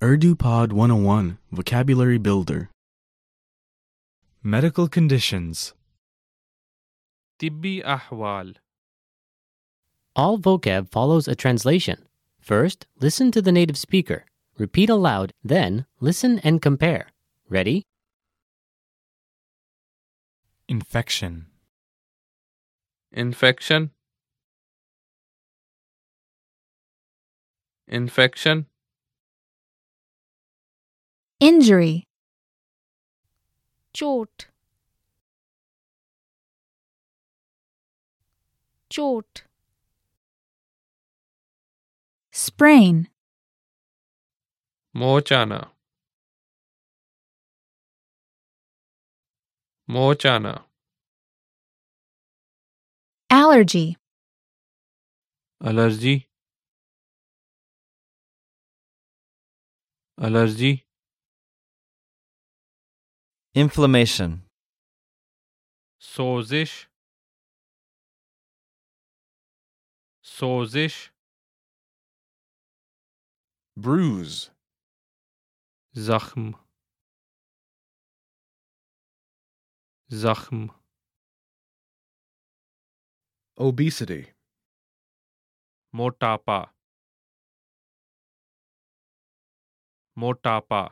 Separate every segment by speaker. Speaker 1: UrduPod 101 Vocabulary Builder.
Speaker 2: Medical conditions.
Speaker 3: طبي أحوال
Speaker 4: All vocab follows a translation. First, listen to the native speaker. Repeat aloud, then, listen and compare. Ready?
Speaker 2: Infection.
Speaker 3: infection infection
Speaker 5: Injury. Chot. Chot. Sprain.
Speaker 3: मोच आना मोच आना
Speaker 5: Allergy.
Speaker 3: Allergy allergy
Speaker 6: Inflammation.
Speaker 3: सोजिश सोजिश
Speaker 7: bruise,
Speaker 3: زخم زخم
Speaker 7: obesity,
Speaker 3: मोटापा मोटापा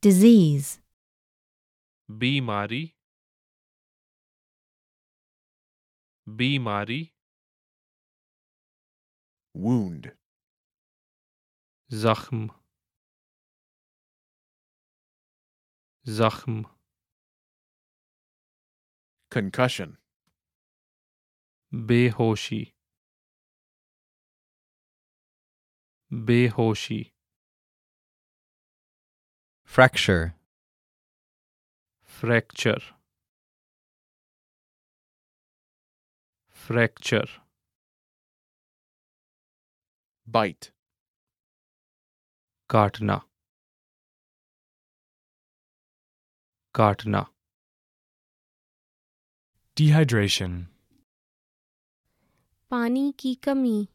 Speaker 5: Disease.
Speaker 3: बीमारी बीमारी
Speaker 7: wound,
Speaker 3: زخم زخم
Speaker 7: concussion,
Speaker 3: बेहोशी बेहोशी
Speaker 6: Fracture.
Speaker 3: fracture fracture
Speaker 7: bite,
Speaker 3: काटना काटना
Speaker 2: Dehydration.
Speaker 8: पानी की कमी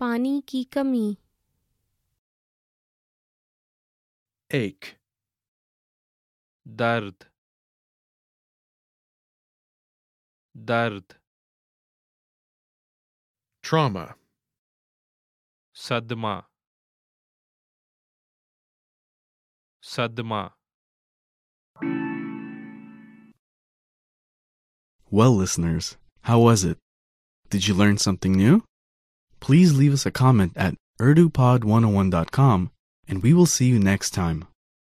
Speaker 8: पानी की कमी
Speaker 7: ache,
Speaker 3: दर्द दर्द
Speaker 7: trauma,
Speaker 3: सदमा सदमा
Speaker 1: Well, listeners, how was it? Did you learn something new? oh Please leave us a comment at urdupod101.com and we will see you next time.